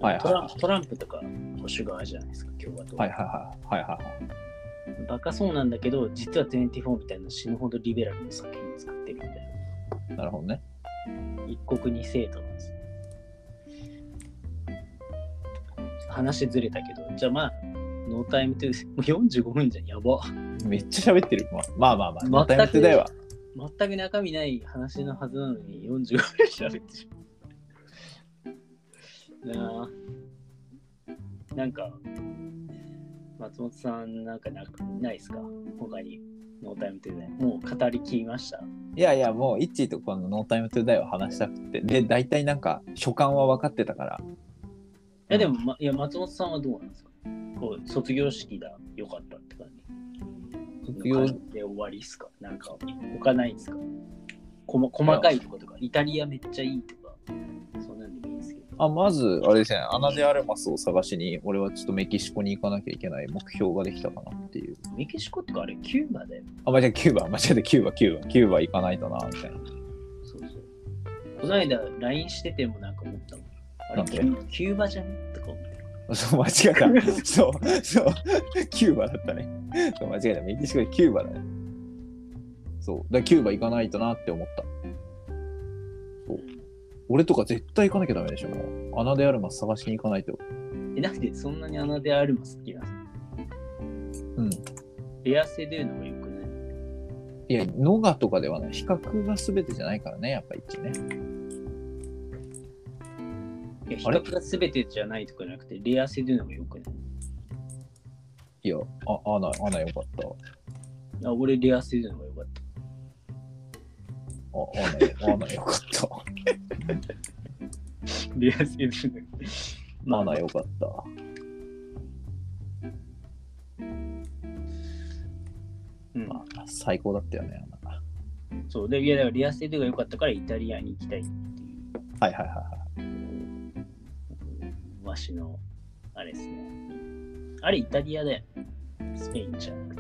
S3: はいはい
S2: トラントランプとか保守側じゃないですか、共和党。
S3: はいはいはい。はいはいはい。
S2: バカそうなんだけど、実は24みたいな死ぬほどリベラルの作品作ってるみたい
S3: なるほどね。
S2: な。一国二制度なんです。話ずれたけど、じゃあまあ、ノータイムトゥー、もう45分じゃん、やば。
S3: めっちゃ喋ってる。まあまあまあまあ、また
S2: 全く
S3: やってたよ。
S2: 全く中身ない話のはずなのに45分喋ってしまう。なあ。なんか、松本さんなんかなくないですか他に、ノータイムトゥーで。もう語りきりました。
S3: いやいや、もう、イッチーとこのノータイムトゥダイを話したくて。で、大体なんか、所感は分かってたから。
S2: いやでも、ま、いや松本さんはどうなんですかこう卒業式だ、よかったって感じ。
S3: 卒業
S2: の感じで終わりっすかなんか、他ないっすかこま細かいとことか、イタリアめっちゃいいとか、そんなんでもいいんですけど。
S3: あまず、あれですね、アナ・デ・アルマスを探しに、俺はちょっとメキシコに行かなきゃいけない目標ができたかなっていう。
S2: メキシコとかあれ、キューバだよ。
S3: あ、間違えた、キューバ、間違えた、キューバ、キューバ、キューバ行かないとな、みたいな。
S2: そうそう。この間、LINE しててもなんか思ったもん。あれ、
S3: なんで
S2: キュキューバじゃねとか思って。
S3: そう、間違えた。そう、そう、キューバだったね。そう間違えた、メキシコでキューバだね。そう、だからキューバ行かないとなって思った。そう俺とか絶対行かなきゃダメでしょ、もう。アナ・デ・アルマス探しに行かないと。
S2: え、なんでそんなにアナデアルマ好きなの
S3: うん。
S2: レアセドゥの方がよくない
S3: いや、ノガとかではない。比較が全てじゃないからね、やっぱ一ね。
S2: いや、比
S3: あれ
S2: 較が全てじゃないとかじゃなくて、レアセドゥの方がよくない
S3: いや、あ、アナ、アナよかった。
S2: あ俺、レアセドゥの方がよか った。
S3: あ、あな、あなよかった。
S2: レアセドゥの方が。
S3: あなよかった。
S2: うん
S3: まあ、最高だったよね、あな。
S2: そう。で、いや、だからレアセドゥが良かったから、イタリアに行きたいっていう。
S3: はいはいはいはい。
S2: わしの、あれですね。あれ、イタリアだよね。スペインじゃん。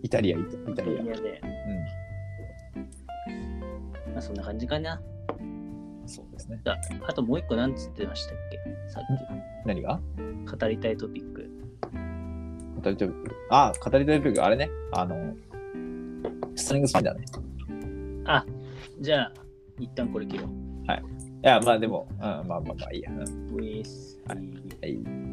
S2: イ
S3: イタリア、イタイタ
S2: タ
S3: リ
S2: リ
S3: ア。
S2: アで。まあ、そんな感じかな。
S3: うん、そうですね。
S2: ああともう一個なんつってましたっけさっ
S3: 何が
S2: き。語りたいトピック。
S3: 語りトピック。あ、語りトピック、あれね。あの、ストリングスパイだね。
S2: あ、じゃあ、一旦これ切ろう。
S3: いや、まあでも、うん、まあまあまあいいや。うん
S2: ウィス
S3: はい